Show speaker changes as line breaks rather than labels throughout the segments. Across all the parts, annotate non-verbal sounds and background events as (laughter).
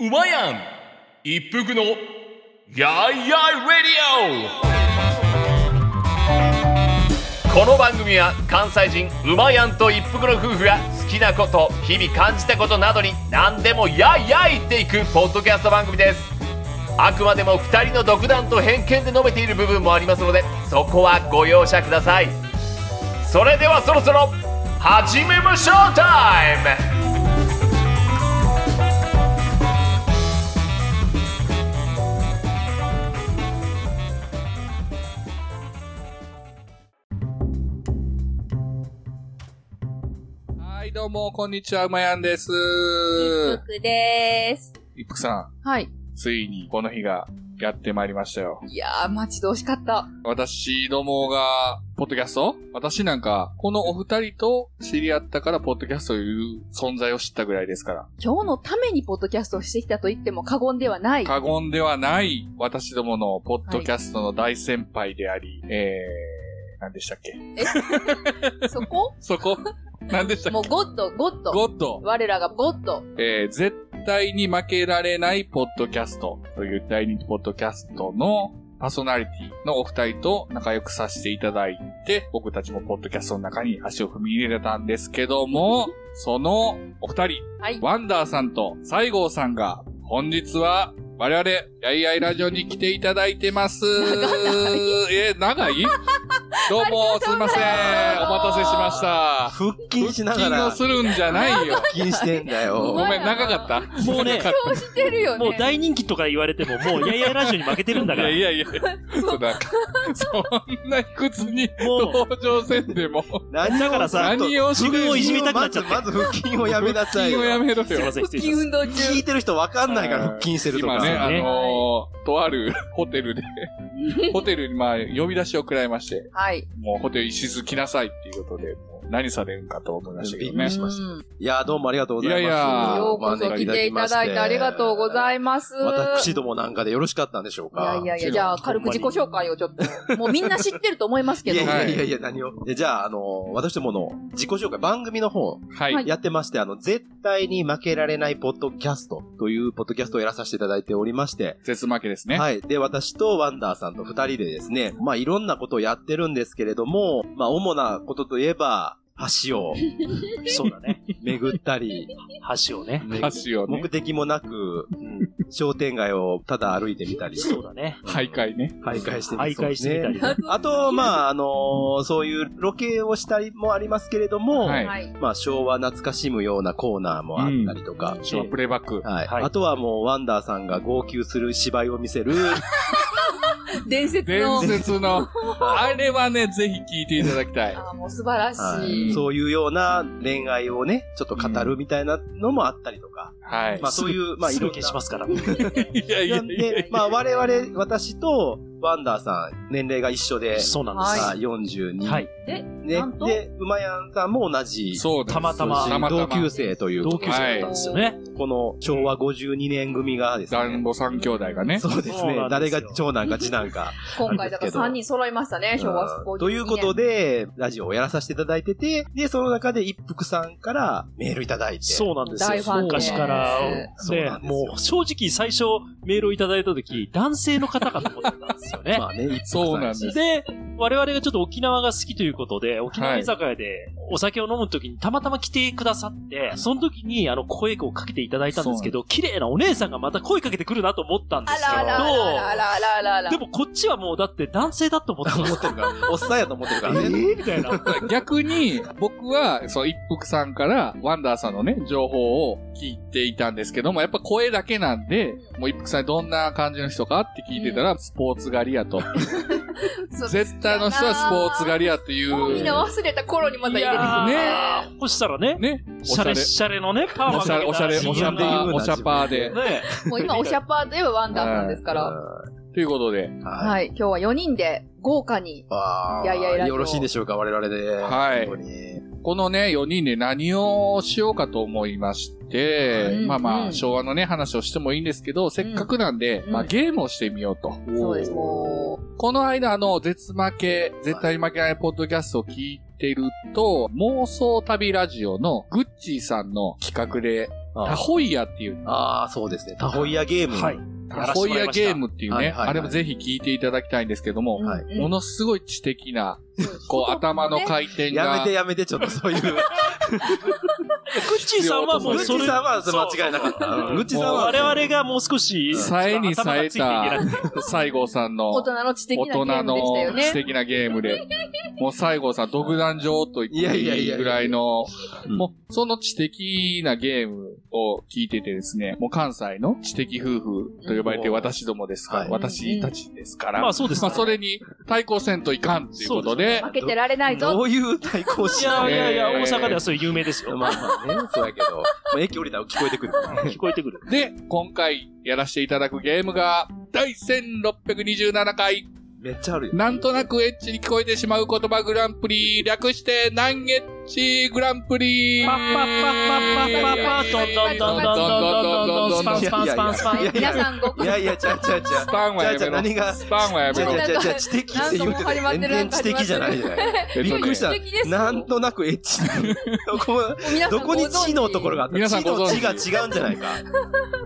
うまやん一服のやいやいレディオこの番組は関西人うまやんと一服の夫婦が好きなこと日々感じたことなどに何でもやいやい言っていくポッドキャスト番組ですあくまでも2人の独断と偏見で述べている部分もありますのでそこはご容赦くださいそれではそろそろ始めましょうタイム
はい、どうも、こんにちは、うまやんです。
一服でーす。
一服さ
はい。
ん、ついにこの日がやってまいりましたよ。
いやー、待ち遠しかった。
私どもが、ポッドキャスト私なんか、このお二人と知り合ったから、ポッドキャストという存在を知ったぐらいですから。
今日のためにポッドキャストをしてきたと言っても過言ではない。
過言ではない、私どものポッドキャストの大先輩であり、えー、何でしたっけ
(laughs) そこ
そこ何でしたっ
もうゴッド、ゴッ
け
ド。
ゴッド
我らがゴッド。
えー絶対に負けられないポッドキャストという第二ポッドキャストのパーソナリティのお二人と仲良くさせていただいて、僕たちもポッドキャストの中に足を踏み入れたんですけども、そのお二人、
はい。
ワンダーさんと西郷さんが、本日は我々、やいやいラジオに来ていただいてます。え、長いどうも、すいません。お待たせしま (laughs) した。
腹筋しなが
腹
ら
筋をするんじゃないよ。
腹筋してんだ
お
ご
よ。
前
めん、長かった
もうね
長かっ
そうしてるよね。
もう大人気とか言われても、もう、やいやいラジオに負けてるんだ
たいや
から。
いやいや、そうなんか、そんな靴に
も
登場せん
(laughs)
でも、
何
だからさ
何を
自分をいじめたくなっちゃって
まずまず腹筋をやめなさい
筋
よ。
をやめろ
う、すいま
よ。
せん、失
腹
礼
筋
します。
運動中。
聞いてる人わかんないから腹筋してるとか。
今ね、あ
そうですね
のー、とあるホテルで、 (laughs) ホテルにまあ、呼び出しを食らいまして、
はい。
もうホテルに静来なさいっていうことで、もう何されるんかと思いましたけど
びっく
ね
り。しました
うん
いや、どうもありがとうございます。
いやいや
ようこそ来ていただいてありがとうござい
ま
ます。
私どもなんかでよろしかったんでしょう
いや
か
いやいや、じゃあ軽く自己紹介をちょっと。もうみんな知ってると思いますけ
い
ど。
やい
は
や
い
いやいや、何を。でじゃあ、あの、私どもの自己紹介、番組の方、
はい。
はい
やってまして、あの、絶対に負けられないポッドキャストというポッドキャストをやらさせていただいておりまして、
絶負けですね。
はい。で、私とワンダーさんと二人でですね、まあ、いろんなことをやってるんですけれども、まあ、主なことといえば、橋を
そうだね。
巡ったり、
橋をね。
め
橋をね
目、的もなく、うん商店街をただ歩いてみたり、
そうだね。
徘徊ね。
徘徊してみ
徘徊してみた
そうですね
りね。
あと、まあ、あのーそういうロケをしたりもありますけれども、
はい
はい。
まあ、昭和懐かしむようなコーナーもあったりとか、
昭和プレイバック。
はい。
はい
あとはもう、ワンダーさんが号泣する芝居を見せる、
伝説
伝
の。
説の、あれはね、ぜひ聞いていただきたい。
あーもう素晴ら
は
し
い、
い。
そういうような恋愛をね、ちょっと語るみたいなのもあったりとか、
はい。
まあそういう、まあい
す
ろ
ぐ
ん
消しますから。
いやい
な。
や
ん
いやいや
で、まあ我々、私とワンダーさん、年齢が一緒で、
そうなん
まあ
で
42。
す。はい。
ね
なんと、
で、うまやんさんも同じ、
そうです
たまたま
たまたま。
同級生という
同
ことで、
級生だったんですよね。
この昭和52年組がです
団
ね、
子三兄弟がね。
そうです
そうなんです
ね
よ、
誰が長男か次男か。
今回だから3人揃いましたね、 (laughs) 昭和スポーツ。
ということで、ラジオをやらさせていただいてて、で、その中で一服さんからメールいただいて。
そうなんです
大
よ
ファ。ンです
昔から、
そう
ね
な、んですよ
もう正直最初メールをいただいたとき、男性の方かと思ってたんですよね
ま。あね、一服さ
そうなんです。
で、我々がちょっと沖縄が好きということで、沖縄居酒屋でお酒を飲むときにたまたま来てくださって、その時にあの声をかけていただいたんですけど、綺麗なお姉さんがまた声かけてくるなと思ったんで
あ
す
らあらあらあ
け
らあらあらあら。
ど、でもこっちはもうだって男性だと思ってた
思ってるから、おっさんやと思ってるから
え
ね。
ーみたいな。
逆に、僕は、そう、一服さんから、ワンダーさんのね、情報を聞いていたんですけども、やっぱ声だけなんで、もう一服さんどんな感じの人かって聞いてたら、スポーツ狩りやと。
そう
絶対の人はスポーツ狩りやってい
みんな
う、
忘れた頃にまた
い
入れてくる。
やーそしたらね、
ね、おし
シャ
ゃれ
レ、シャレのね、パーマ
おしゃれ、おしゃれ、おしゃ
で言う
パ
な
ー、おしゃパーで。
ね、
もう今、おしゃパーといえばワンダーさんですから。
う
ということで、
んはい。
はい。今日は4人で豪華に。
あ
いやいやいや
あ、よろしいでしょうか、我々で。
はい
本当に
このね、4人で何をしようかと思いまして、
はい
まあまあ、
うん
昭和のね、話をしてもいいんですけど、せっかくなんで、
うん
まあゲームをしてみようと。
そうです。も
この間、あの、絶負け、絶対負けないポッドキャストを聞いてると、妄想旅ラジオのグッチーさんの企画で、タホイヤっていう、
ああ、そうですね。タホイヤゲーム。
はい。や
タ
らせ
ホ
て
イ
もら
ヤ
いました
ゲームっていう
はい
ね、
はいはい
あれもぜひ聞いていただきたいんですけども、
はい
うん
ものすごい知的な、こう、
そう
頭の回転が。
やめてやめて、ちょっとそういう。
グッチーさんはもう
ムッチ
それ、
ーさんはそれ間違いなかった。
そう
うんムッチーさんは。
我々がもう少し、
冴えに冴え
ちょっと頭がついていけな
た
い、
西郷さんの
大人の知的
大
なゲ
人
ームでしたよ
の
ね
知。的なゲーム
(laughs)
で、もう西郷さん独壇場と言っていいぐらいの、
いや
もうその知的なゲームを聞いててですね、もう関西の知的夫婦と呼ばれて
うん
私どもですから、
はい
私たちですから、
まあそうです
ま
ね
あそれに対抗せんといかんっていうことで、
負けてられない
ど
ぞ。
ういう対抗
い
し
や
ない
やいや、
えー
大阪ではそれ有名ですよ。
まあまあね、そうやけど。まあ駅降りたら聞こえてくるからね。
聞こえてくる。
で、今回やらせていただくゲームが、第1627回、
めっちゃあるよ。
なんとなくエッチに聞こえてしまう言葉グランプリ、略して、ナンエッチグランプリ
パッパッパッパッパッパッ、どんどんどんどんどんどんどんどん、スパンスパンスパンスパン。
皆さんご苦労
いやいや、ちゃうちゃうちゃ
ス
う。
パンは
ちゃ
や
うちゃう、
めろ。
何が。
スパンはや
ち
め
ゃ
ろ
うち。ゃうちゃうちゃう、知的って言
な
うて
んとも始まって
全
る
然知的じゃないじゃない。
(laughs)
えっ
びっ
と
く
ね
りした
知的で。すよ
なんとなくエッチ。
(laughs)
どこも
皆さん
どこに地のところがあった
皆さん
地
ご
の
存
地
知
が違うんじゃないか。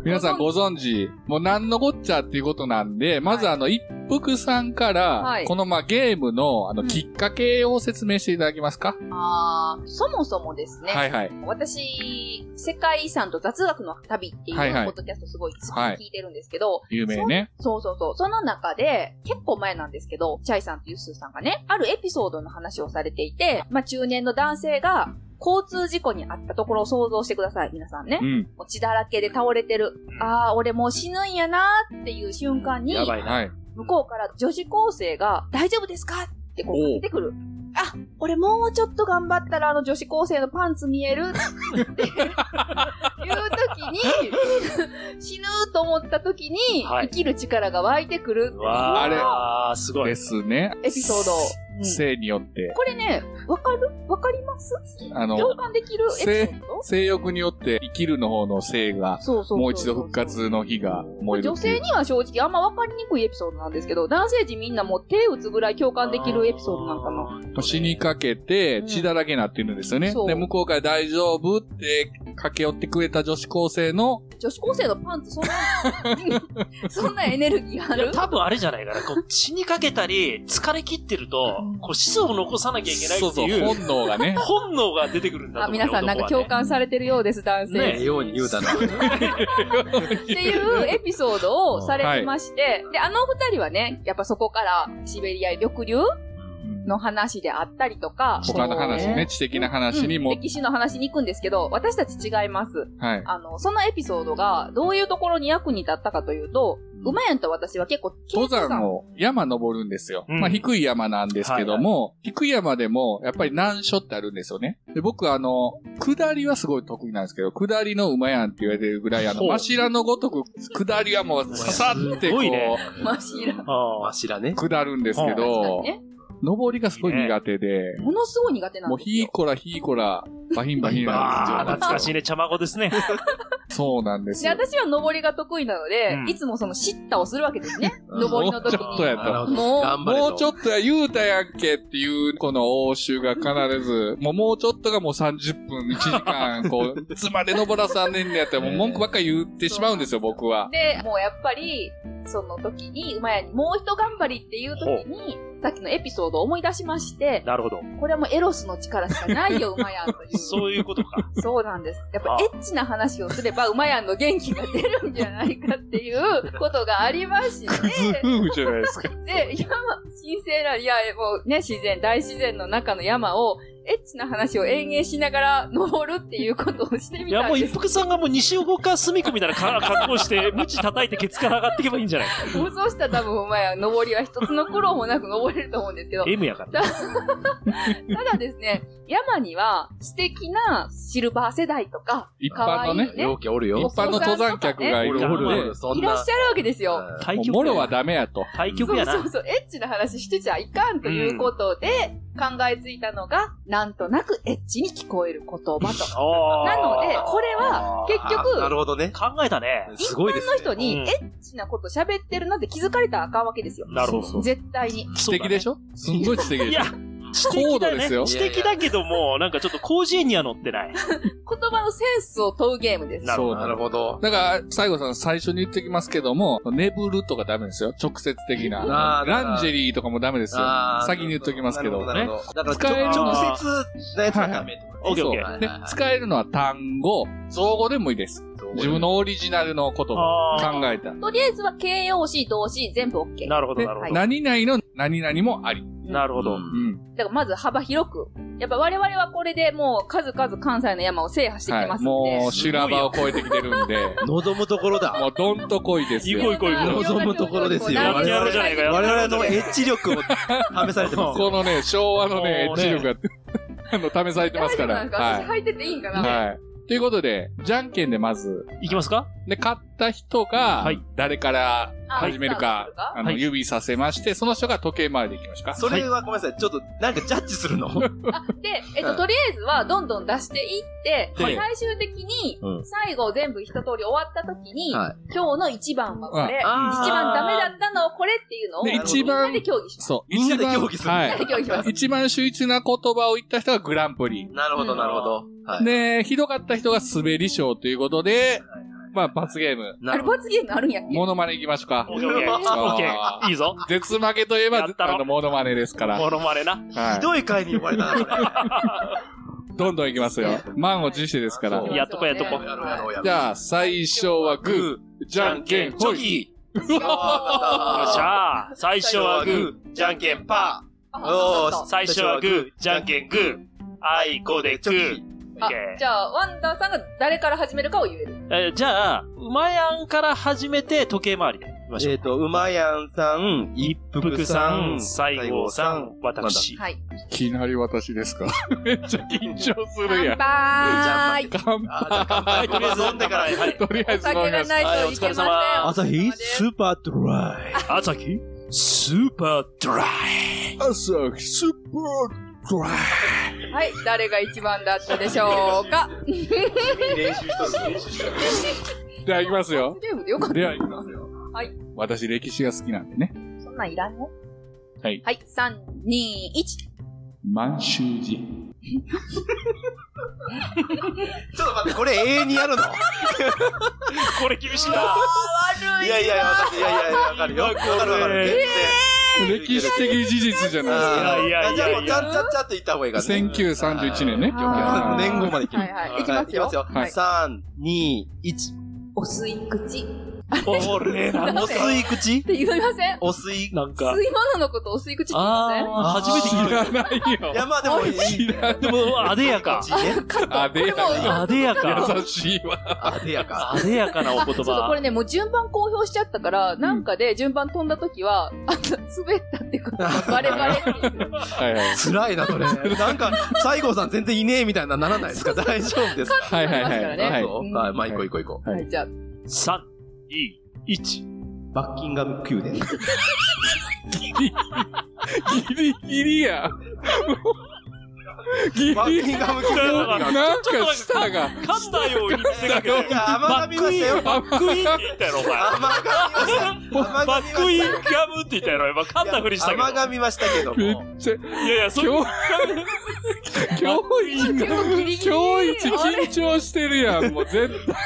皆さんご存知、もう何のこっちゃっていうことなんで、まずあの、一服さんか
は
ら、
い
このまあゲームのあ
う
の、
ん
きっかけを説明していただけますか
あーそもそもですね、
はいはい。
私、世界遺産と雑学の旅っていうポ
はいはい
ッドキャストすごい好き
はい
聞いてるんですけど、
有名ね。
そうそうそう。その中で、結構前なんですけど、チャイさんとユッスーさんがね、あるエピソードの話をされていて、まあ中年の男性が、交通事故に遭ったところを想像してください、皆さんね
う。ん。
もう血だらけで倒れてる。ああ、俺もう死ぬんやなーっていう瞬間に、
やばいな。
はい。
向こうから女子高生が、大丈夫ですかってこうかけてくる。あ、俺もうちょっと頑張ったらあの女子高生のパンツ見えるっていう時に、死ぬと思った時に、
は
生
い
きる力が湧いてくる
うわ
れ
あ、あすごい
で。すね。
エピソード。うん
性によって、
これね、わかるわかります
あの
共感できるエピソード
性欲によって生きるの方の性が、
そうそうそう
もう一度復活の日が燃える
女
っていう
性には正直あんま分かりにくいエピソードなんですけど、男性陣みんなもう手打つぐらい共感できるエピソードなんかな。
死にかけて
うん
血だらけになってるんですよね。
そう
で、向こうから大丈夫って駆け寄ってくれた女子高生の、
女子高生のパンツそんな、そんなエネルギーあ
いや
る
多分あれじゃないかな。こう死にかけたり、疲れ切ってると、こう子孫を残さなきゃいけない
そう
って
そう、
いう、。
本能がね
本能が出てくるんだ
あ、
と思う
皆
よ。
さんなんか
男
共
はね
感されてるようです、男性。
ね
ええように言うた
(laughs)
な。
っていうエピソードをされてまして、で、あの二人はね、やっぱそこからシベリア緑流の話であったりとか、
(laughs) 他の話ね、知的な話にも、
うん歴史の話に行くんですけど、私たち違います。
はい。
あの、そのエピソードがどういうところに役に立ったかというと、
うん
馬やんと私は結構、
登山を、山登るんですよ。
うん
まあ、低い山なんですけども、低い山でも、やっぱり難所ってあるんですよね。で、僕、あの、下りはすごい得意なんですけど、下りの馬やんって言われてるぐらい、あの、
ほう
柱のごとく、下りはもう、刺さって、こ
すごいね
う、
マシラ。
あ
わ
あ
しらね。
下るんですけ
確かに
ど、
ね、
登りがすごい苦手で、
ものすごい苦手なん
もう
です
ひー
よ。
こらひーこら、バヒンバヒン
あ
な
あ、
んですよ
懐かしいね。茶まごですね。
そうなんです
で
よ。
私は登りが得意なので、
うん
いつもその叱咤をするわけですね。
うん
登りの時
(laughs) もうちょっとや
に。
と
なるほど
もう
頑張れ
もうちょ
と。
っとや言うたやんけっていう、この応酬が必ず、もうもうちょっとがもう30分、1時間、こう、いつまで登らさんねんねやったら、もう文句ばっかり言ってしまうんですよ、僕は。
で、もうやっぱり、その時に、馬屋にもう一頑張りっていう時に、さっきのエピソードを思い出しまして、
(laughs) なるほど。
これはもうエロスの力しかないよ、馬やん
(laughs)
という。
そういうことか。
そうなんです。やっぱ
あ
エッチな話をすれば、馬やんの元気が出るんじゃないかっていうことがありまし
クズ
て、
夫婦じゃないですか。
で、山、神聖な、いや、もうね、自然、大自然の中の山を、エッチな話を延々しながら登るっていうことをして
い
み
や、
た
も
ん
う
で
一
す。
服さんがもう西岡隅子みたいなか格好して、無知叩いてケツから上がっていけばいいんじゃないか。
もうそうしたら多分、馬やん登りは一つの苦労もなく登れると思うんですけど、
M やか
た
ら。
だですね、山には素敵なシルバー世代とか、
一般のね、
ね
陽気おる
一
よ。
般の登山客がい
お
る
るおるお
の
る、そん
いら
な
っし。ゃるわけですよ。
対
で、
局
もろはダメやと。
対
そ
局
う
や
そ
な
う。そう、エッチな話してちゃいかんということで、考えついたのが、なんとなくエッチに聞こえる言葉と。な
な
ので、これは結
あなる
局、
ほどね。
考えたね。
すごいです
その
ね。
人
う
に
ん
エッチなこと喋ってるなんて気づかれたらあかんわけですよ。
なるほど
そうそう
絶対に。
知的でし
ょ
ょすんごい知的で
い
しょ
や、知的だ
高度で
ね。
すよ
知的だけども、なんかちょっと広辞苑には載ってない。
言葉のセンスを問うゲームです。
なる
そう
な
だ
るほど。
だから、西郷さん最初に言ってきますけども、眠るとかダメですよ。直接的な。
あーだから
ランジェリーとかもダメですよ。
あー
先に言っときますけど。
なるほどなるほどだ
使
か
える
ら、ちょ直接なやつはダメってことね。
はいはい
そう
で
はいはい、
使えるのは単語、造語でもいいです。自分のオリジナルの言葉、
あ
考えた。
とりあえずは形容詞、動詞、全部 OK。
あ、
だ
なるほど、
で
なるほど。
何々の何々もあり。
なるほど。
うん。
からまず幅広く。やっぱ我々はこれでもう数々関西の山を制覇してきま
は
す
い。
んで。
もう、修羅場を越えてきてるんで、
望むところだ。
もうどんと来いです
行こう
よ。
行こう行こう
望むところですよ
な
やろうじゃないかやろう
我々のエッジ力を試されて (laughs) ます
こ
よ。
のね、昭和のね、エ
も
ッ
うね
ジ力が、 (laughs) あの、試されてますから。
大丈夫な
は
んか私入ってていいんか
い。
な、
はい。ということで、じゃんけんでまず、
いきますか
で、勝った人が
はい、
誰から
あ
始めるか
スタートするか、
あの、
はい
指させまして、その人が時計回りでいきましょうか。
それはごめんなさい。ちょっと、なんかジャッジす
(laughs)
るの
あ、で、えっと、とりあえずはどんどん出していって、
はい
最終的に
うん、
最後全部一通り終わった時に、
はい
今日の一番はこれ、
あー
一番ダメだったのはこれっていうのを、
で、
なるほど
一
みんな
番
で、協議します。
そう、
みんなで
一番
協議する
は
みんないで。協議します。
一番秀逸な言葉を言った人がグランプリ。
なるほど、なるほど。はい。
で、ひどかった人が滑り賞ということで、まあ、罰ゲーム。
な
あれ、
るほど。
罰ゲームあるんやっけ
モノマネいきましょうか。
オッケーオッケー。オッケー。いいぞ。
絶負けといえば
やっ、たろ
あの、モノマネですから。
モノマネな。
は
ひどい回に呼ばれたな、これ。
い。どんどんいきますよ。満を持してですから
そう。
やっとこやっとこ
やろうやろうやろう。
じゃあ、最初はグー、じゃんけん、ほい。
キ
よ
よっしゃー。最初はグー、じゃんけんパ
おー
ー。最初はグー、じゃんけんグー。あいこでグー。オッ
あ
ケー
じゃあ、ワンダーさんが誰から始めるかを言える。
えーじゃあ、うまやんから始めて時計回りでいきましょ
え
う。
っと、うまやんさん、一
福
服
さ
さ
ん、
ん、
西郷さん、私。
は
い
い。
きなり私ですか (laughs) めっちゃ緊張するやん。
乾杯
乾
あじゃあ乾
杯。
杯とりあえず飲んでからね。
はい。
とりあえず
お
飲
酒
み
が
ます。
ないといけません。
はい
朝日スーパードライ。
朝日、スーパードラ
朝スーパードライ。
はい、誰が一番だったでしょうか。
練習しとる、練習しとる。
では、いきますよ。
ゲームでよかった。
では、いきますよ。
はい。
私、歴史が好きなんでね。
そんなんいらんね。
はい。
はい、3、2、1。
満州人。
ちょっと待って、これ永遠にやるの
イ。これ厳しい
あ
な。
ー悪い。
いやいや、わかる、いやいやいや、わかるよ。わかるわかる。全然
歴史的事実じゃな
あ
い
ー
やいやいやいや
じゃあもう、ちゃんちゃんちゃんと言った方がいい
い
か
です
ら
か。
ね。
1931年ね。
あー
年号まで決
は
め
い
る。
はい。
はい
いきますよ。
い
は
きま
い
すよ。3、2、1。
お吸い口。っ
俺なん
お吸い口
て言いません
お吸い。
なんか
吸、い物のことお吸い口って言いません
あー、初めて
知
聞い
らないよ
い。や、まあでもいい。
知ら
た。でも、 (laughs) あでやか。
口ね
あでや
これも
か
あでやか。
優しいわ。
あ、でやか。
あでやかなお言
ちょっとこれ
葉。
ね、もう順番公表しちゃったから、なんかで順番飛んだ時は、 (laughs) あの、滑ったって (laughs) ことがバレバレっていう。
はいはい。
辛いな、それ。なんか、西郷さん全然いねえみたいなならないですか大丈夫ですか
はいはい
そうなりますからね
は
あ
い。
そ
は
う
うん
はい、まあ、行こう行こう行こう。
はい、じゃあ、
3、2、1。
バッキンガム宮殿。
い。ギリギリや。もうギ
バッキ
リ。
ンガム宮殿
ガム
なんか舌が。
噛んだように見せかけて。
いや甘噛みましたよ
バックインバックインって言ったやろ、お前。
甘噛みました。
バ
甘
ッ
噛
ク
み
イン
まし
ガ
た。
ムって言ったやろ、今噛んだふりしたけど。
甘噛みましたけど
め
も。
っちゃ、
いやいや、そういう
教、教員が、
結構ギリギリ
教一緊張してるやん、もう絶対。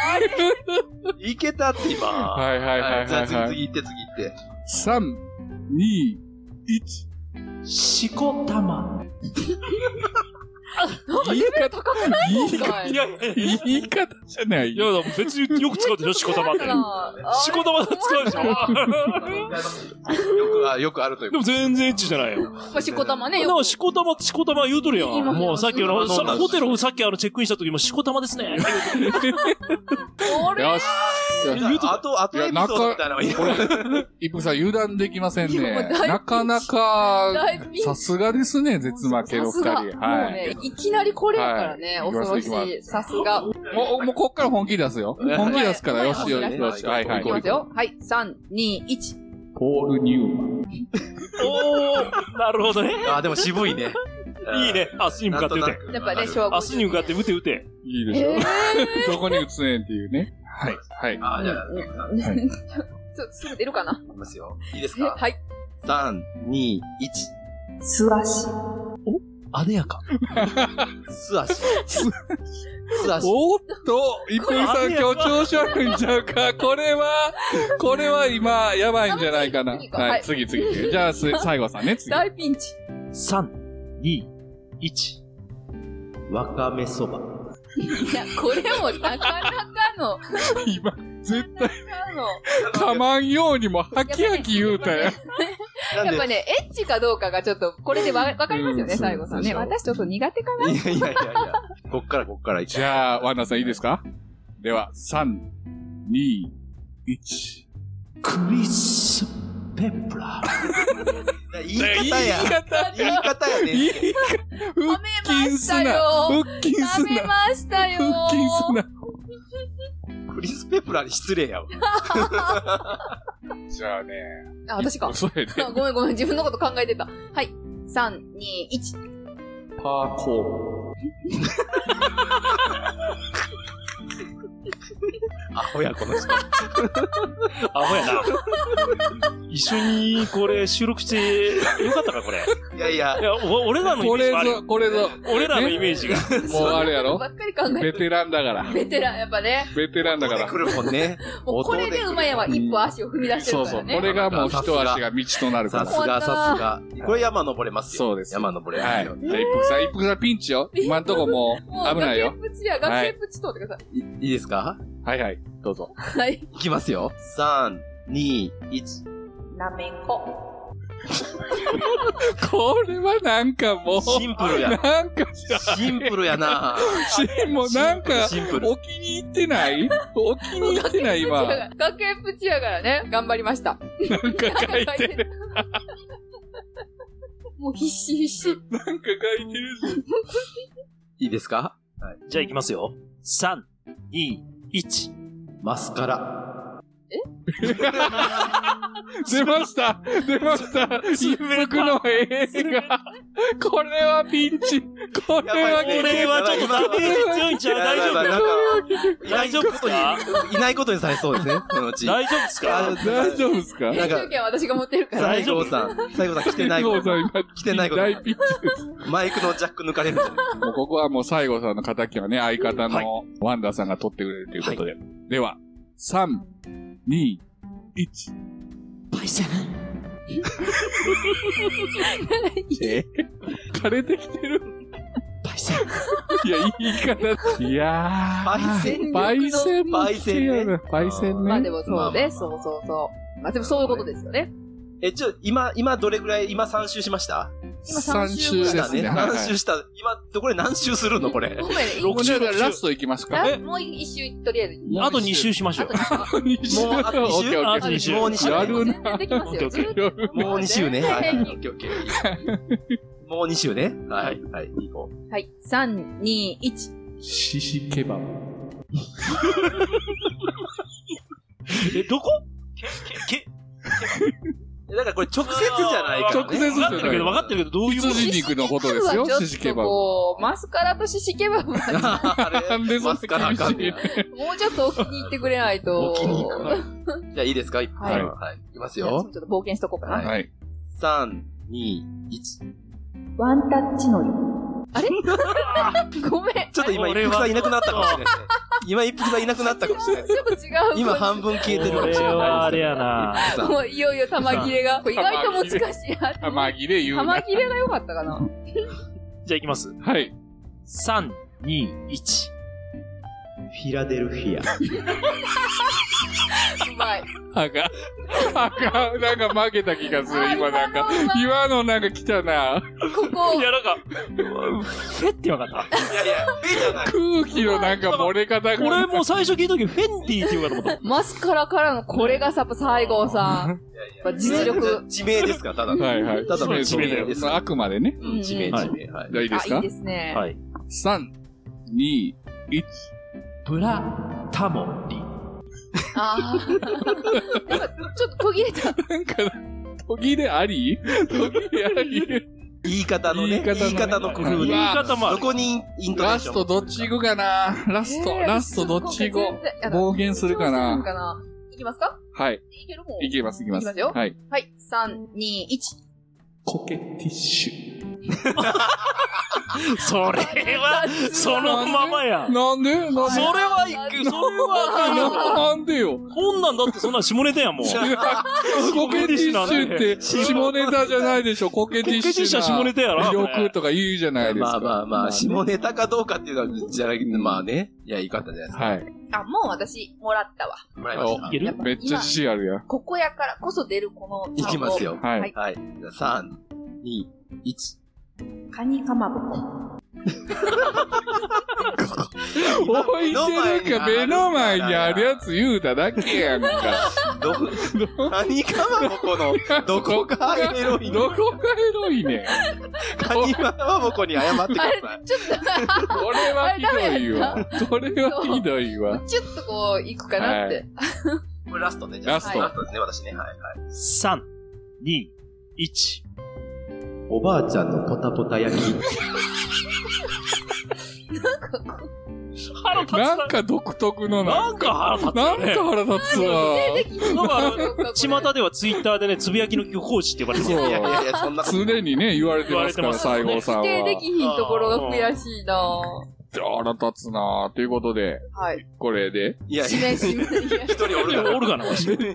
いけたって今。は
はいはいはい
じゃあ
はい
次、
は
次
い。
行って、次行って。
三、二、一。
しこたま。
言い方、言い方、
はい
やいやいや。
言い方じゃない
いや、
よ。
でも別によく使うでしょ、しこたまって。しこたま使うでしょ。
よくあ、よくあるという
で
こ
も全然エッチじゃないよ。
まあ、しこたまね、
で
よ
も、
く。
しこたま、しこたま言うとるや
言いま
ん。
すよ
もうさっきあの、
そう
さ
なんです
ホテルをさっきあの、チェックインした時もしこたまですね。
これ
よし。
と。あと、あとエピソードみたいなのがいい
これ、一服さん油断できません
いやもう
ね
大ピン。チ
なかなか、
大ピンチ
さすがですね、絶負けの二人。
さすがもう
はい。
ね、いきなりこれやからね、
はい
恐ろし
いきます
い。さすが。い
もう、もうこっから本気出すよ。本気出すから、
はい
よしよしよし。は
はい
いはい
き。ますよ。はい、3、2、1。
ポール・ニューマン。
おー、なるほどね。
あ、でも渋いね。
(laughs) いいね。明日に向かって打て。
やっぱね、
し
昭和
明日に向かって打て打て。
いいでし
え
ょ (laughs)
ー。
どこに打つねんっていうね。はい。はい。
あ、じゃあ、
はい
(laughs) ちょすぐ出るかな。
いきますよ。いいですか
はい。
?3、2、1。
素足。
あでやか。
(laughs)
(laughs)
素足。素足。
おっと、一平さん今日調子悪いんちゃうかこれは、これは今、やばいんじゃないかな
次。か
は、
はいい
次次。じゃあ、す最後さんね、次。
大ピンチ。
3、2、1。
わかめそば。
いや、これもなかなかの、な
今、絶対
かの。
かまんようにも、はきはき言うたよ。
なん
や
で
っぱね、エッチかどうかがちょっと、これでわわかりますよ
う
ね、
ん
最後さん
そうで
ね。
しょ
私ちょっと苦手かない
やいやいやいや。こっからこっから行
じゃあ、ワンナさんいいですかでは、3、2、1。
クリス・ペプラー。
(laughs)
言い方や。言い方や
い
ね。
いか腹筋すな。腹筋す
食べ
な。
ましたよ
腹筋すな。
クリス・ペプラーに失礼やわ。
(laughs) じゃあね。
あ、私か。
それで。
(laughs) あごめんごめん、自分のこと考えてた。はい。3、2、1。
パーコ
アホや、この人。
アホや
(laughs)
な。一緒にこれ収録してよかったか、これ。い
いやいや。
や、お俺らのイメ
こ
ージ
れ
があるよ
ぞ、これぞ。
俺らのイメージが。
もうあれやろ
ばっかり考え
ベ
て
テランだから
た。。ベテラン、やっぱね。
ベテランだか
で
ら。
来るもんね。
もうこれで馬屋は一歩足を踏み出して
そ
る
う
か
そう。
ら
こ
ね。
れがもう一足が道となるか
さ
ら。
すが、さすが。これ山登れますよ。
そうです
山登れま
はい。
す
じゃあ
よ。
一服さん、一服さんピンチよ。今んとこもう
もう
危ないよ。
崖っぷちや、崖っぷち通ってくださ
いいいですか
はいはい。どうぞ。
い。はい。
いきますよ。3、2、1。
なめこ。
これはなんかもう。
シンプルや
なんか、
シンプルやな
しもうなんか、
シンプル。
お気に入って (laughs) ないお気に入ってない今。
崖っぷちやから崖っぷちやからね。頑張りまし
な
た。
んか書いてる。
(laughs) もう必死必死。
なんか書いてるし。
いいですか
じゃあ行きますよ。3、2、1。
マスカラ。
(laughs) 出ました出ました一服の映画これはピンチこれは
これはちょっとダメージ強いんちゃう大丈夫
夫
大丈夫っすか
いないことにされそうですね、そのうち。
大丈夫です
あ
か
の
大丈夫ですか
なん
編
か
集権は私が持ってるから。
西郷さん、西郷さん来てない
西郷さん今
来てないこと
大ピンチです。
マイクのジャック抜かれるんじゃない
もうここはもう西郷さんの敵はね、相方
はい
のワンダーさんが取ってくれるということで。では、3、2、1。
パイセン。
え枯れてきてる
パイセン。
いや、言い方。いや
パイセ
ン
パイセン。
パイセンね
パイセンね。
まあでもそう
まあまあまあ
ね、そうそうそう。まあでもそういうことですよね。
え、ちょ、今、今どれぐらい、今3周しました
今
三
三
周で
周ぐ
し
ら
た
す
ね。
ね。はいは
何
い
周した今、どこれ何周するのこれ。
ごめんね、
六周
じゃあラスト行きますか。
もう一周とりあえず。
あと2周しましょ
あ
う
と。2
もう2周。
もうあと
オッケーオッ
あ
ケ
と
ー
2周。
もう二周
やる
全然できますよ。
オッケーオッ
ケー
もう2周ね。はいはい。オッケーオッケ
(laughs)
ー。もう2周ね。はい。はい。行こう。
はい。3、2、1。
シシケバブ。
え、どこけ、け、け、
えだからこれ直接じゃないから、ね。
直接じゃない
分かってるけど、分かってるけど、どういうこと
羊肉のことですよ
シ
シシ
シ
ケ
ケ
バ
バ
ブ
ブ。マスカラとシシケバブは
あ
なんで
れ、
そんな
マスカラあかんねや
もうちょっとお気に入ってくれないと。
お気に入り。じゃあいいですか一分
はい
はい。いきます
じゃあちょ
よ
っ。と冒険しとこうかな。
はい。
3、2、1。
ワンタッチのり。
(laughs)
あれごめん。
ちょっと今、一
俺は
服さんいなくなったかもしれないですね。今、一服さんいなくなったかもしれないです。
ちょっと違う。
今、半分消えてるかもしれないですね。
これはあれやな
一服さん
もういよいよ玉切れ
(laughs)
が。これ意外と難しいな。
玉切れ言う
玉
な。
切れが良かったかな。
じゃあ行きます。
はい。 (laughs)
3、2、1。
フィラデルフィア。
うまい。
あかん。あかん。なんか負けた気がする。
あ
今なんか
今の。は
今のなんか来たな。
ここ
い、や、なんか、フェって分かった。
(laughs)
いやいや、フィじゃない。
空気のなんか漏れ方が。
俺もう最初聞いた時、フェンディって言うかと思った。
マスカラからのこれがさ、やっぱ西郷さん。やっぱ実力。
地名ですから、ただの。
はいはい。
ただ
そう
の地
そう
名です
まああくまでね。
うん地名、
はい
地名。はい
じ。ゃあ (laughs) いいです
あ、い
か
いですね。
はい。
?3、2、1。
ブラ、タモリ。
(laughs) ああ。なんか、ちょっと途切れた。
なんか、途切れあり途切れあり
言い方の
言い
ね、
方のね
言い方の工夫
言い
で。
方もあ
ど
る。
こにイントネ
(laughs) ラ
ーショ
ス
ン
トどっち行くかなラスト、
えー
ラストどっち行こ
全然や
う
だ
暴言するか
どうするん
な
かな。いきますか
はい。
いけるもん。
いけます、いけます。
いきますよ
はい。
(laughs) はい。3、2、1。
コケティッシ
それは、そのままや
ュ。。なんでなんで
それはいく、それは、
なんでよ。
こんなんだってそんな下ネタやもん。
いやコケティッシュって、下ネタじゃないでしょ。コケティッシュ
コケティッシュは下ネタやろ
な魅力とか言うじゃないです
ま
か。
あまあまあ、
ね
下ネタかどうかっていうのは、じゃなくて、まあね。いや、言い方じゃないです
は
か。
い。
あ、もう私、もらったわ。
もらいまし
あ
た
い。け
や
る
ぱ
めっちゃ自信あるやん。
ここやからこそ出るこの。
いきます。よ。
はい。
はい。じゃあ3、2、1。
カニかまぼこ。
置いてるか目の前にあるやつ言うただけやんか。
(laughs) ど、何かはここ
(laughs)
の、どこがエロい
ど
の
こがエロいねん。
カニははここに謝ってくだ
あれ
さい。、
ちょっ
これはひどいわ。これはひどいわ。
と、ちょっとこう、行くかなって。
これラストね、じゃあ。
ラスト
ラストですね、私ね。はいはい。
3、2、1。
おばあちゃんのポタポタ焼き。
腹立つ
なんか独特のな。
なんか腹立つ
な
よ
ん
ね
か。腹立つわ。
なんかあの、巷ではツイッターでね、つぶやきの巨峰師って呼ばれて
い
(laughs) る。
そう
やいやいや、そんなこと。
常にね、言われてますから、
言わ
西
れて
郷
ま
さん
否定で
は。
きひんところが悔しいなぁ。
腹立つなぁ。ということで、
はい。
これで。
いやい
指
や、
名
一
しない。 (laughs)
人おるから
おるかな、わし。
めっ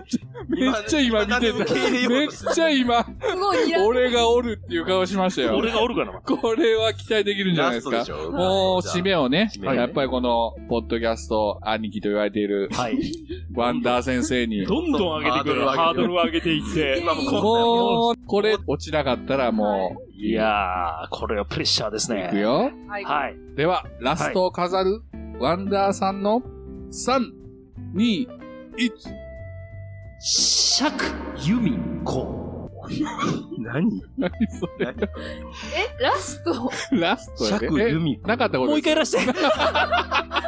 ちゃ今見て
今受け入
た。
れよう
めっ
としてる
ちゃ今、
すごい睨ん
俺がおるっていう顔しましたよ。
俺がおるかな、わ
これは期待できるんじゃないで
ラ
す
ストで
か
し。ょ
もう、締めをね、
締めね
やっぱりこの、ポッドキャスト兄貴と言われている、
はい。
ワンダー先生に、
どんどん上げてくる。ハ
ハ
ー
ー
ド
ド
ル
ル
を上げていって。
今もこ
もう、これ、落ちなかったらもう、
いやー、これはプレッシャーです
いく
ね。
よ。
はい。
はい。
では、ラストを飾る、ワンダーさんの、3、2、1。
釈由美子。
何
何それ
え、ラスト
ラストやで
釈由美
えなかったこと
もう一回いらっしゃい。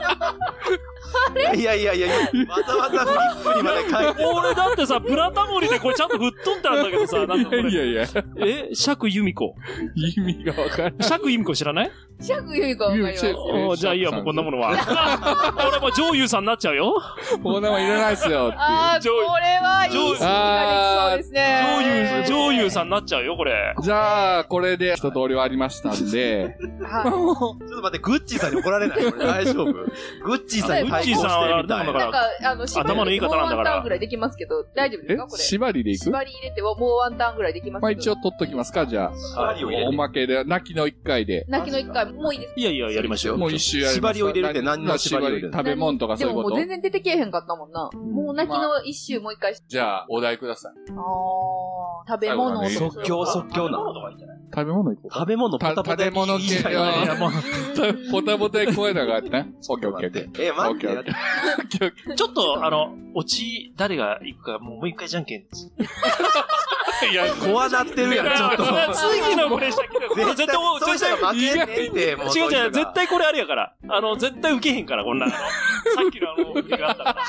いやいやいやいや、わざわざフリップにまで書いて。
俺だってさ、ブラタモリでこれちゃんと吹っ飛んだんだけどさ、なんかこ
い
れ。
やいやいや、
え釈由美子。
意味がわからない。
釈由美子知らない
シャグユイかわかります
ユイシ
よ。
ェ
おーじゃあいいや、もうこんなものは。俺もう女優さんになっちゃうよ。
こんなもんいらないっすよっていう。
あー、
上位
これはいい質問ができそうです
女
ね。
優、女優
ん。
さんになっちゃうよ、これ。
じゃあ、これで一通り終わりましたんで、
は
ちょっと待って、グッチーさんに怒られないこれ大丈夫グッチーさんに対抗してみた
グッチーさんはあれだもん
い。
い
だか
な。
なんか、あの、
頭のいい方なん
もう
だから
ワンターンぐらいできますけど、大丈夫で
え
すかこれ。
縛りでいく
縛り入れてはもうワンターンぐらいできますけど。
まあ一応取っときますか、じゃ
縛りを入
あ。
れ
お
る。
まけで、泣きの一回で。
泣きの一回、もういいです。
いやいや、やりましょう。
もう一周やります
縛りを入れるって何の縛りを入れる
食べ物とかそういう
でも
こ
も
と
う全然出てけえへんかったもんな。もう泣きの一周もう一回し
じゃあ、お題ください。
あー、食べ物を
最後
即興即興な。
食べ物いこ
食べ物ポタポタ
食べ物系
いいじゃん
いやいや
もう
う。ポタポタ声だからね。オッケーオッケーオッケー。
え、待って
オッケーオッケ
ちょっと、あの、落ち、誰が行くか、もうもう一回じゃんけん。いや、
怖なってるやん、ちょっと。
次のプレッシャー来る。これ絶対、
そう
絶
した
対
ら、負けんねんて、もう。
違う違う、絶。対これあれやから。あの、絶対受けへんから、こんなの。さっきのあの、振りがあったから。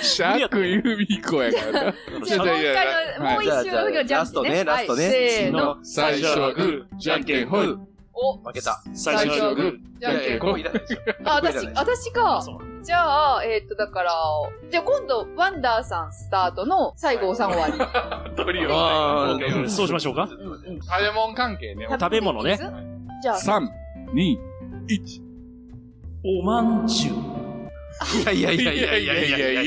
ー。シャークユーミコやから。
じゃあもう一回の、もう一周のじゃんけん
ラストね、ラスト
は
ね
い。せーの。
(laughs) 最初はグー、じゃんけんほい。
お、
負けた。
最初はグー。
じゃんけん。
こういらないでしょ。
あ、
こう
私
いらない、
私
あ
か
そ。うなんだ
じゃあ、えーっと、だから、じゃあ今度、ワンダーさんスタートの西郷さん終わり。
トリオ。
あ
オッケーオッケー
そうしましょうか。
食べ物関係ね。
食べ物ね。
じゃあ、
3、2、1。
おまんじゅう。
いやいやいやいやいやいやいやいやいやい
い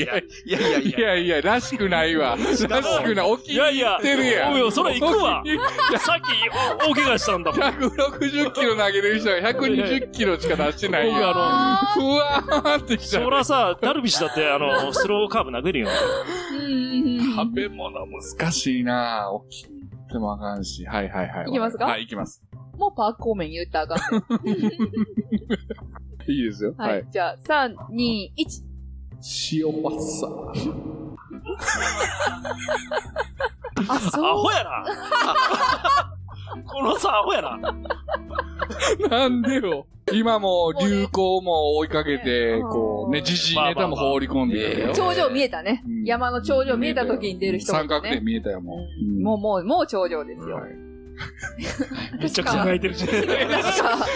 やいや。
やいや、らしくないわ。らしくない。おき
いやいや、
てるやん
おうよ、そ (laughs) れ行くわ。
160
さっき、お大怪我したんだもん。
キロ投げる人が120キロしか出してない
僕
よ。
あ
ふわーってき
そ
た。
らさ、ダルビッシュだって、あの、スローカーブ投げるよ。
うんうんうん
食べ物難しいなぁ。起きてもあかんし。はいはいはい。
いきますか
はい、いきます。
もうパーク方面言ったらあかん。
いいですよ。は
はいい。。じゃあ、3、2、1。
塩パッサー。
あ、
ア
そう
ホ。やな。このさ、アホやな。
なんでよ。今も流行も追いかけて、
もうね
こうね、
うん
時事ネタも放り込んでるよ
まあまあま
頂
あ
上見えたね
うん。
山の頂上見えた時に出る人
三
も
角点
ね。
見えたよ、もう。
もう、もう、もう頂上です
うん
よ。
はい
めちゃくち
(laughs)
ゃ泣いてるし。
確か、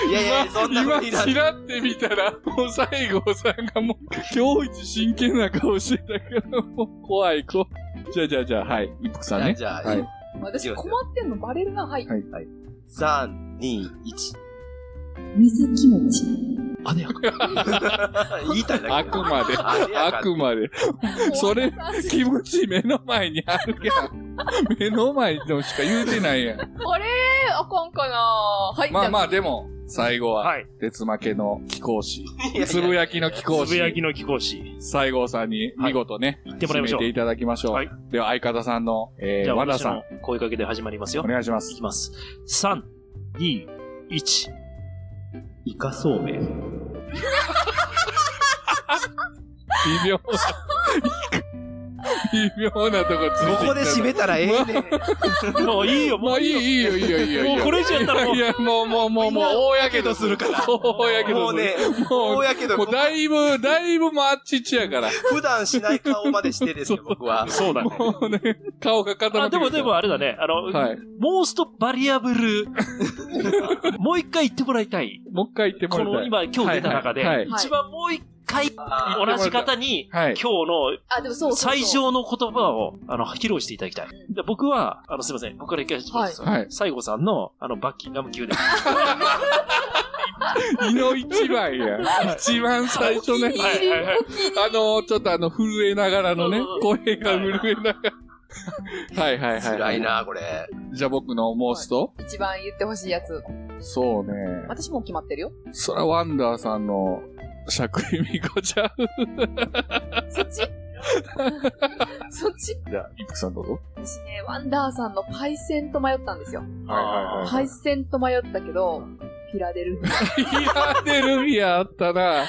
いやいや、そんな
今、
こといら
ちらって見たら、もう西郷さんがもう、今日一真剣な顔してたから、もう、怖い、怖い。じゃあじゃあじゃあ、はい、一服さん
ない。
ね。
じゃあ、
はい。
私困ってんのバレるな。はい。
はい
3、2、1。
水気持ち。 (laughs)
あねやか。言いたいだ
あ
け
くまで、
あれやか
あくまで。それ気持ち目の前にあるやん。目の前のしか言うてないやん。
あれあかんかなはい。
まあま
あ。
あでも、最後は、
はい。
鉄負けの貴公子、
いやい
つぶやきの貴公
つぶやき
子、
の貴公子。
西郷さんに見事ね、
行ってもら
締
いま
め
しょう
て。いただきましょう。
はい
では相方さんの、え
じ
ー、
ゃあ、
和田
私
さん
の、声かけで始まりますよ。
お願いしま
い
す
き。ます。3、2、1。
イカそうめん。
微妙な、微妙なとこついて
ここで締めたらええねん。
もういいよ、
もういい、いいよ、いいよ、いいよ。いい
も
よ
うこれ以上やったらもう
いや、もう、もう、もう、もう、大やけどするから。大やけ
も
ど
う
する。
ね、
も
こうやけ
う、
ど、
もうだいぶ、だいぶマッチチやから。
普段しない顔までしてですよ、僕は。
そうだね。
もうね、顔が固ま
あ、
って
で
きた
もでもあれだね。あの、
はい。
モーストバリアブ
(laughs)
ル。もう一回言ってもらいたい。
もう一回言っても
こ
らいた
の
い。
今、今日出た中で、
はいはい
はい
一番もう一回、
あ
同じ方に、
はい
今。日
あ、でもそう
の
そうそう。
最上の言葉を、あの、披露していただきたい。で僕は、あの、すいません。僕から一回します。
はいはい
西郷さんの、あの、バッキンガム宮殿。
胃の一番や。一番最初ね。
はいはいはい。
あの、ちょっとあの、震えながらのね、声が震えながら。はいはいはい。
辛い。な、これ。
じゃあ僕の申すと
一番言ってほしいやつ。
そうね。
私もう決まってるよ。
そらワンダーさんの、しゃくりみこちゃん。
そっちそっち
じゃあ、いくさんどうぞ。
私ね、ワンダーさんのパイセンと迷ったんですよ。
はいはいはい。
パイセンと迷ったけど、フィラデルフィ
フィラデルフィアあったな。
ア。あ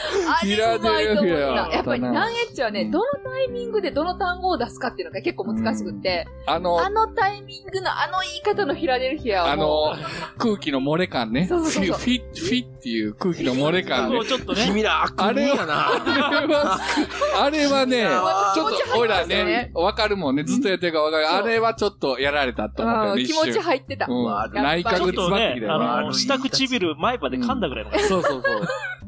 れうまいと思う
フィラデルフィア
な。やっぱり
だな
ナンエッチはね、
うん
どのタイミングでどの単語を出すかっていうのが結構難しくって、
あの、
あのタイミングのあの言い方のフィラデルフィアは
あの、
も
空気の漏れ感ね。フ
そうそう
ィ
そう
フィフィっていう空気の漏れ感
も
ね
う。ちょっとね。
君ら悪人やな。
あれは、あれはね、ちょっと、俺ら
気持ち入ってますよ
ね
ね、
わかるもんね。ずっとやってるからわかる。
そう
あれはちょっとやられたと思ったよ
う
ね、
ん、
一
気
瞬。
持ち入ってた。
うん。内
ち
角
ょ
に
っ
詰
と
まってき
ね
た、よ
あ
な
の、下唇前まで噛んだぐらいの感じ。
そうそうそう。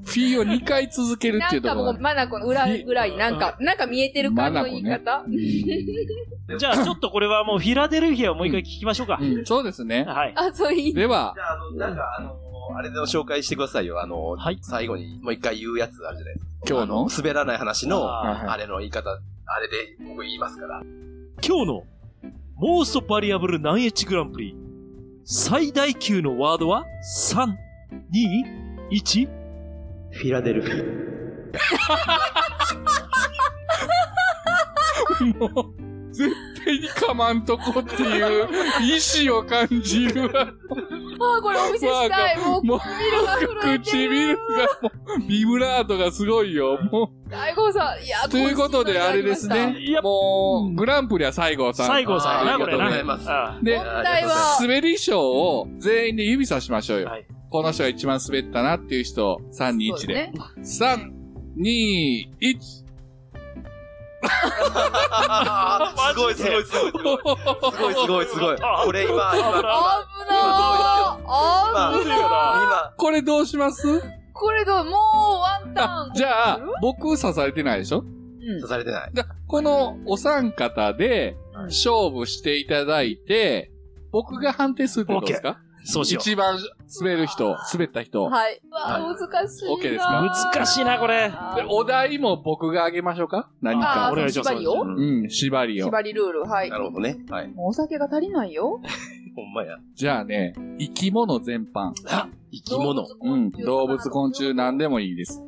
フィーを2回続けるっ
な
ていう
か
とこ
も
ろ
う、マナコの裏、裏になんか、なんか見えてる感
マナ
の
コ
言
ね
い方、
じゃあ、ちょっとこれはもうフィラデルフィアをもう一回聞きましょうか。
うん、そうですね。
はい。
あ、そういい。
では、
あの、なんか、あの、あれで紹介してくださいよ。あの、
はい
最後にもう一回言うやつあるじゃないですか。
今日の
あ滑らない話の、
あ
はいは
あれの言い方、あれで僕言いますから。
今日の、モーストバリアブルナンエッジグランプリ、最大級のワードは、3、2、1。
フィラデルフィ
いもう、絶対にかまんとこっていう意思を感じるわ。
ああ、これお見せしたい。もう、
もう、
唇が震えてる。
唇がもう、ビブラートがすごいよ。も
大悟さん、いや、
う、ということで、あれですね
いや。
もう、グランプリは西郷さん。
西郷さんや
あり
な、こ
がと
れ
うござい
な。
ます
あ
で
問、題は、
滑り賞を全員で指さしましょうよ。
はい
この人が一番滑ったなっていう人を3、2、1で。
ね。
3、2、1。
ー。すごいすごいすごい。すごいすごいすごい。これ今、
危
危な
今、
ない
ーあー
危ないな
(laughs)
今、
これどうします
これどうもうワンタン
じゃあ、僕刺されてないでしょ
刺されてない。
だこのお三方で
はい
勝負していただいて、僕が判定するってことですか
そうしよう。
一番滑る人、滑った人。
はい。わあ、
は
難
い
しいなー。
OK ですか
難しいな、これ。
あ
で
ー
お題も僕があげましょうか何
あ
か
お。願いします
縛りよ。
うん、縛りを。
縛りルール、はい
な。るほどね。はい。
もうお酒が足りないよ。
ほんまや。
じゃあね、生き物全般。
生き物。
うん、動物、昆虫、何でもいいです。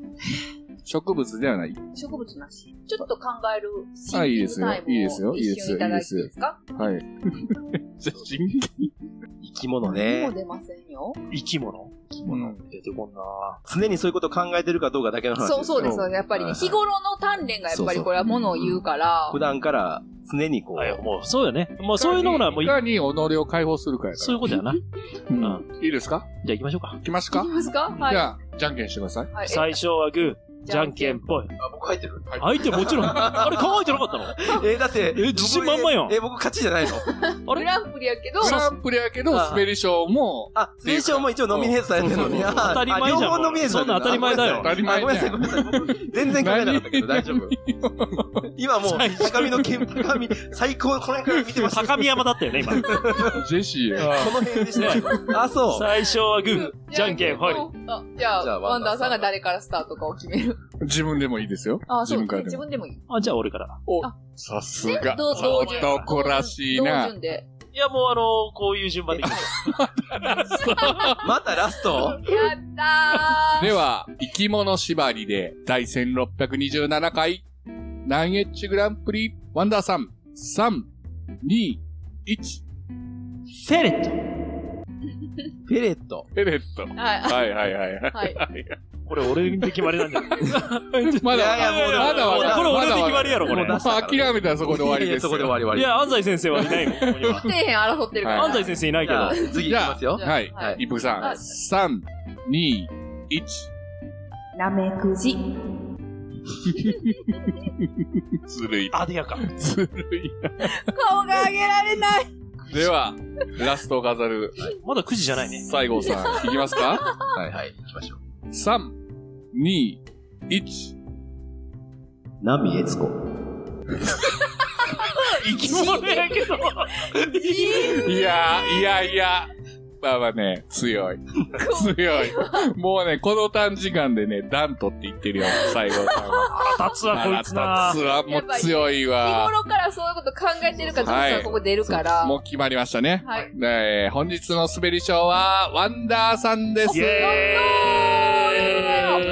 植物ではない。
植物なし。ちょっと考えるシ
あいいで
ンキン
す
グ
よ
タイムを
いいですよいいですよ
一緒にいただいていいですか
はい。 (laughs) じゃあ、真剣
生き物
も
ね
う。出ませんよ。
生き物。生き
物。
出てこんな
常にそういうことを考えてるかどうかだけの話
そうそうです。
よ
そうですやっぱり
は
ね、
い
日頃の鍛錬がやっぱりこれはものを言うから
普、段から常にこう、
はい、もう、そうよね。もう、そういうのはもう
い、かに己を解放するかやか
そういうことやな。じ
ら。
ん
うんいいですか
ゃあ行きましょうか。
いきます
い
か
きますかは
じ
い。
ゃあ、じゃんけんしてください。
はいえ
最初はグー、じゃんけんぽい。
あ、僕入ってる。
相手もち (laughs) ろん、あれ考えてなかったの
え、だって、
え自信満々やん
僕え、僕勝ちじゃないの
あれ
グランプリやけど、
グランプリやけど、
ああ
滑り賞も、
あ、選手も一応ノミネートされてるの
そう
に。
そう
そう
あ
当たり前じゃん
あ両方ノミネートされてる
そんな当たり前だよ
あごめんなさい、ごめんなさい。僕全然考えなかったけど、大丈夫。
(laughs)
今もう
最、初
高見の剣、高見、最高、この辺から見てま
(laughs)
した。
高見山だったよね、今。
ジェシーや。
この辺でした。あ、そう。
最初はグー、じゃんけんぽい。
あじゃ
じゃあ
あ、ワンダーさんが誰からスタートかを決める。
自分でもいいですよ。
あ、そう
自分からでも
自分でもいい。
あ、じゃあ俺から。
さすが。
どうどう
男らしい
同
な。
順で。
いや、もうあの、こういう順番でいきま (laughs) しょう
またラスト
やったー
では、生き物縛りで、第1627回、ナンエッジグランプリ、ワンダーさん、3、2、1、
フェレット。
ペレット。
ペレット。
はい。
はいはいはい。
はい。
これ俺で決まりなんじゃない
まだ、
いやいやもう
まだわか
これ
る
俺で決まりやろ、これ
もう。出し
まあ、諦めたらそこで終わり
いやい
で
や
す
そ
よ。
こで終わり終わり
い。や、安西先生はい (laughs) ないもん、ここには
底。辺争ってるから。
安西先生いないけ
じゃ
ど
あ。次いきますよ
じ。
生
ゃあ
はい
はい。
一服さん、
はい
3、2、1。
なめくじ。
ずるい。
あでやか。
ずるい。
顔が上げられない。
では、ラストを飾る、
まだ9時じゃないね。
西郷さん、いきますか
はいはい、行きましょう。
3、2、1。
ナミエツコ。
生き物やけど。
いやー、いやいや。まあまあね、強い。強い。もうね、この短時間でね、段取って言ってるよ、西郷さんは。
(laughs) 立つわ、こいつな
腹。立つわ、もう強い
日
わ。
頃からそういうこと考えてるから、
はい
実はここ出るから。
もう決まりましたね。
はい。
えー本日の滑り賞は、ワンダーさんです
イ。エーイ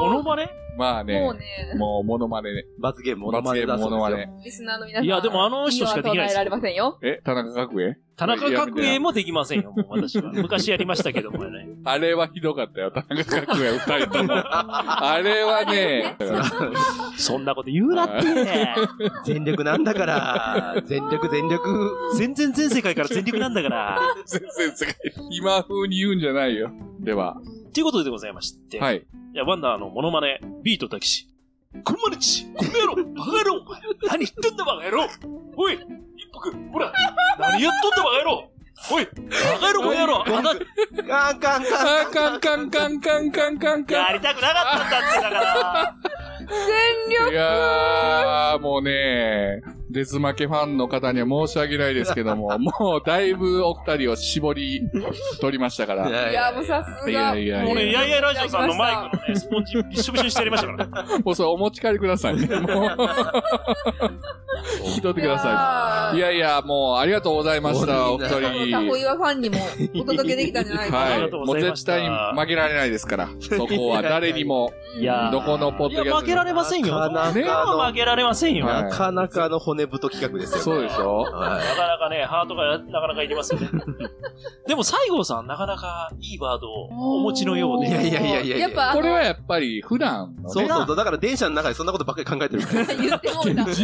モノマネ
まあね
もう、ね、
もうモノマネね。
罰ゲームモノマ
罰ゲー
ネ
ム
だ
モ
そ
ノ
う
マ
ですよ。
ネ。
リスナーの皆さん。
いや、でもあの人しかでき
今
ない
は唱え
です
られ。ませんよ。
え、田中角栄
田中角栄もできません (laughs) よ、もう私は。昔やりましたけどもね。
あれはひどかったよ、田中角栄、二人とも。あれはね、
そんなこと言うなって。
全力なんだから。全力全力。
全然全世界から全力なんだから。
全然世界、今風に言うんじゃないよ。では、
ということでございまして。。
はいい。
や、ワンダーのモノマネ、ビートたけし。こんまにち、この野郎、バカ野郎。何言ってんだバカ野郎。おい、一服、ほら、何やっとんだバカ野郎。おい、バカ野郎、この野郎。あ
カンカ
な
ンカン。
あカンカンカンカンカンカンカ
やりたくなかったんだって、だから。
全
ン。いやー、もうね、デス負けファンの方には申し訳ないですけど (laughs) も、もうだいぶお二人を絞り取りましたから。い (laughs)
力。いや、もうさすが。
やいや
もう
い
ね、
や、
やいやいラジオさんのマイクのね、スポンジびっしょびしょにしてやりましたから。
もうそれお持ち帰りくださいね。もう。 (laughs) 引き取ってください。いやいや、もうありがとうございました、お二
タコ
人。
岩ファンにもお届けできたんじゃない
(laughs)
かな。
あ
は
りが
い。
とう
も
ご
う
ざいまし
絶
た
対に負けられないですから。
(laughs)
そこは誰にも、
うん
いやー
どこのポッ
い
ドキャストで
や、
も
負けられませんよ。
なかな
そ
か
れは負けられませんよ。
は
な
な
い
かなかの骨太企画ですよ。
そうでしょ
はい。
かなかね、ハートがなかなかいりますよね。でも、西郷さん、なかなかいいワードをお持ちのよう
いや
で。
いやいやいやいや
やっぱ、
これはやっぱり普段の
そう
ね、
そうそう。だから電車の中でそんなことばっかり考えてるから。
言ってもうた。もう言っ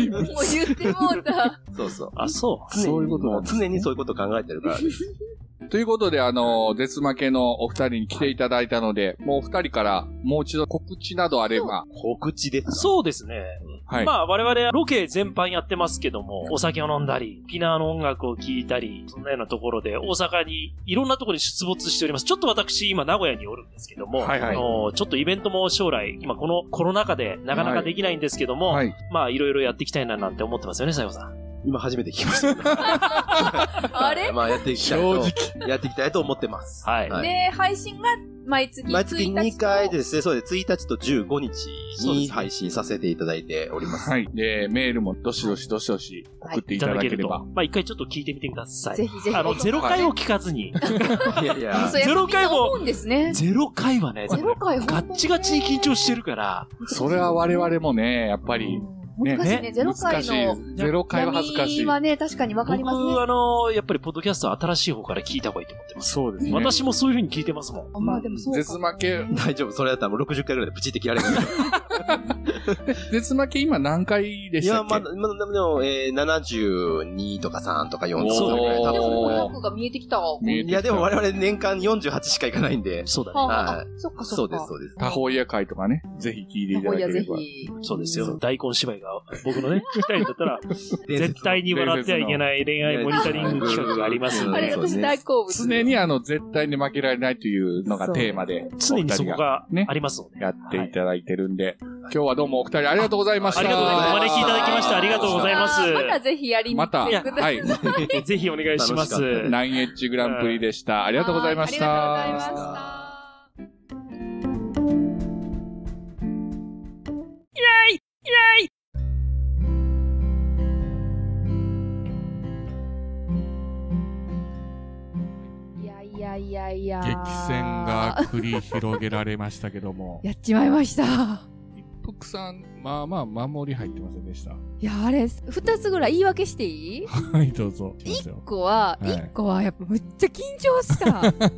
てもう
(laughs)
た。
そうそう。
あ、そう。
常
そう
に
いうことな
も
ん
う
ですね
常にそういうこと考えてるから。
ということで、あの、絶負けのお二人に来ていただいたので、もうお二人からもう一度告知などあれば、
告知です。
そうですね。
はい。
まあ、我々ロケ全般やってますけども、お酒を飲んだり、沖縄の音楽を聴いたり、そんなようなところで、大阪に、いろんなところに出没しております。ちょっと私、今、名古屋におるんですけども、
はいはい
あのちょっとイベントも将来、今、このコロナ禍で、なかなかできないんですけども、
はい。
まあ、いろいろやっていきたいななんて思ってますよね、西郷さん。
今初めて聞きました。
あれ
まあやっていきたい
正直
と、やっていきたいと思ってます。
はい。
はい
で、配信が毎月1日と。
毎月2回ですね、そうです。1日と15日に配信させていただいております。
はい。で、メールもどしどしどしどし送っていただければ。
まあ、一回ちょっと聞いてみてください。
ぜひ (laughs) ぜひ。
あの、ゼロ回を聞かずに。
いやい (laughs) や。
そうやっぱみんな思うんですね。
ゼロ回はね、
ゼロ回
ガッチガチに緊張してるから、
それは我々もね、やっぱり、
難しい
ね
ね。ゼロ
難
回
し
の。
い。ゼロ回は恥ずかしい。
はね、確かにわかりますね
僕、。あの、やっぱりポッドキャストは新しい方から聞いた方がいいと思ってます。
そうですね。
私もそういう風に聞いてますもん。
まあでもそうか。
絶負け
大丈夫。それだったらもう60回ぐらいでブチって切られる。
絶負け今何回で
い
した
や、
っけ
まだ、まだ、でも、えー、72とか3とか4とかぐらい、
おー
多
でも500
分。
が見えてきたわ。
見えてき
い
た
や、でも我々年間48しか行かないんで。
そうだね。
あ
は
あ、そっか
そ
そうっか。
です、そうです。
他方夜会とかね、ぜひ聞いていた
タコ
だ
イ
け
ヤ
れ
ぜ
ば。
ひ。
そうですよ。大根芝居が僕のね、期待だったら、
伝説の
絶対に笑ってはいけない恋愛モニタリング企画がありますの
あ
で
れ、
そうです
私
ね
大好物。
常にあの、絶対に負けられないというのがテーマで、
常にそこが
ね
ありますので。
やっていただいてるんで、今日はどうもお二人ありがとうございました。
ありがとうございます。お招きいただきましてありがとうございます。
あーまたぜひやりに
また、
来てくださ。
はいい、
ぜひお願いします。
楽しかった
ナインエッジグランプリでした。ありがとうございました。
はいありがとうございました。いやいやいやいや。
激戦が。繰り広げられましたけども、
やっちまいました。 (laughs)
一服さん、まあまあ守り入ってませんでした。
いや、あれ、二つぐらい言い訳していい一
はい、どうぞ。しますよ
個は、
はい
一、個はやっぱむっちゃ緊
(laughs)
張した。むっ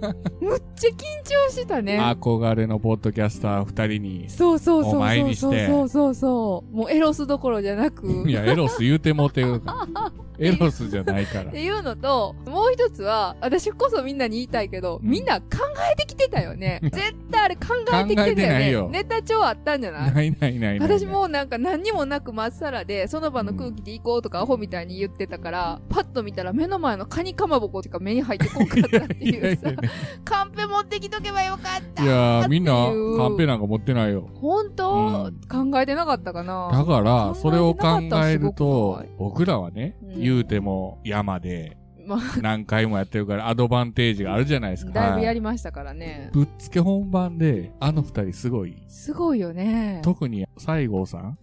ちゃ緊張してたね。
憧れのポッドキャスター二人に、
そうそう
お前
そう
に
そ
し
う
て
そうそうそう。もうエロスどころじゃなく。
いや、エロス言うてもうてる
(laughs)
から。エロスじゃないから
っ。ていうのと、もう一つは、私こそみんなに言いたいけど、
うん
みんな考えてきてたよね。絶対あれ考えてきてたよ
考えてない
ね。
よ
ネタ帳あったんじゃない
ないないないない。
私もうなんか何にもなくまっさらで、その場の空気で行こうとかアホみたいに言ってたから、パッと見たら目の前のカニかまぼことか目に入ってこんかったって
いや
い
(laughs)
う
い
さ
やい、や
カンペ持ってきとけばよかった
いやーみんな
っていう
カンペなんか持ってないよ。
本当、考えてなかった
だ
かな
から、それを考
考えてなかったら
え
す
る
ごく
と
ない、
僕らはね、
うん
言うても山で
まあ、
何回もやってるからアドバンテージがあるじゃないですか。
だいぶやりましたからね。
ぶっつけ本番で、あの二人すごい。
すごいよね。
特に西郷さん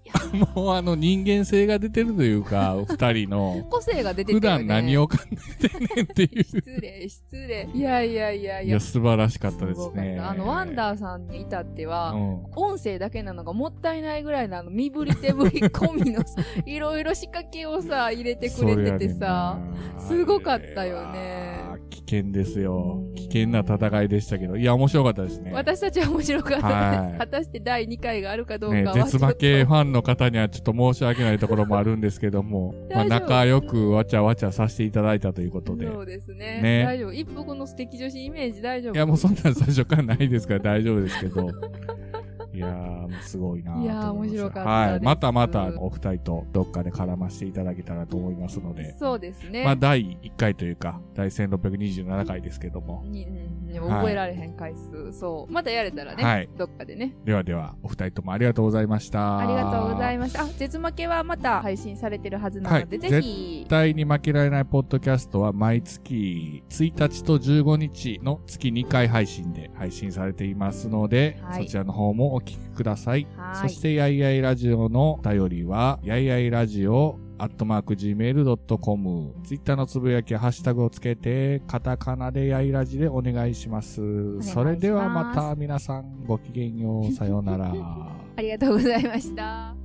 もうあの人間性が出てるというか、二人の。
個性が (laughs) 出て
普
るよね。
段何を考えてんねんっていう。
失礼、失礼。いやいやいやい
い
や。
や、素晴らしかったです
ごかっ
ね。
たあの、ワンダーさんに至っては、
うん。
音声だけなのがもったいないぐらいのあの、身振り手振り込みの、
(laughs)
いろいろ仕掛けをさ、入れてくれててさ。
それやねんな
すごかったよね
あれは危険ですよ
うん。
危険な戦いでしたけど。いや、面白かったです
(laughs)
ね。
私たちは面白かったで
はい
す。果たして第2回があるかどうか
ね
は、ちょっ
絶
と。
負けファンの方にはちょっと申し訳ないところもあるんですけど
(laughs)
も、まあ、
大丈夫
仲良くわちゃわちゃさせていただいたということで。
そうですね。
ね
大丈夫。一服の素敵女子イメージ大丈夫。
いや、もうそんなん最初からないですから大丈夫ですけ
(laughs)
ど。いやー、すごいなと思いました
いやー面白かったです
はい。またまた、お二人とどっかで絡ませていただけたらと思いますので。
そうですね。
まあ、第1回というか、第1627回ですけども。
にうんうん覚えられへん回数、そう。またやれたらね、
はい
どっかでね。
ではでは、お二人ともありがとうございました。
ありがとうござい
ま
ました。あ、絶負けはまた配信されてるはずなので、
はい
ぜひ
絶。対に負けられないポッドキャストは毎月1日と15日の月2回配信で配信されていますので、
はい
そちらの方もお聞きください。
は
そして、やいやいラジオの頼りは、やいやいラジオ、アットマーク gmail.com。ツイッターのつぶやき、ハッシュタグをつけて、カタカナでやいラジでお願いします。
願いします
それではまた皆さんごきげんよう。さようなら。
ありがとうございました。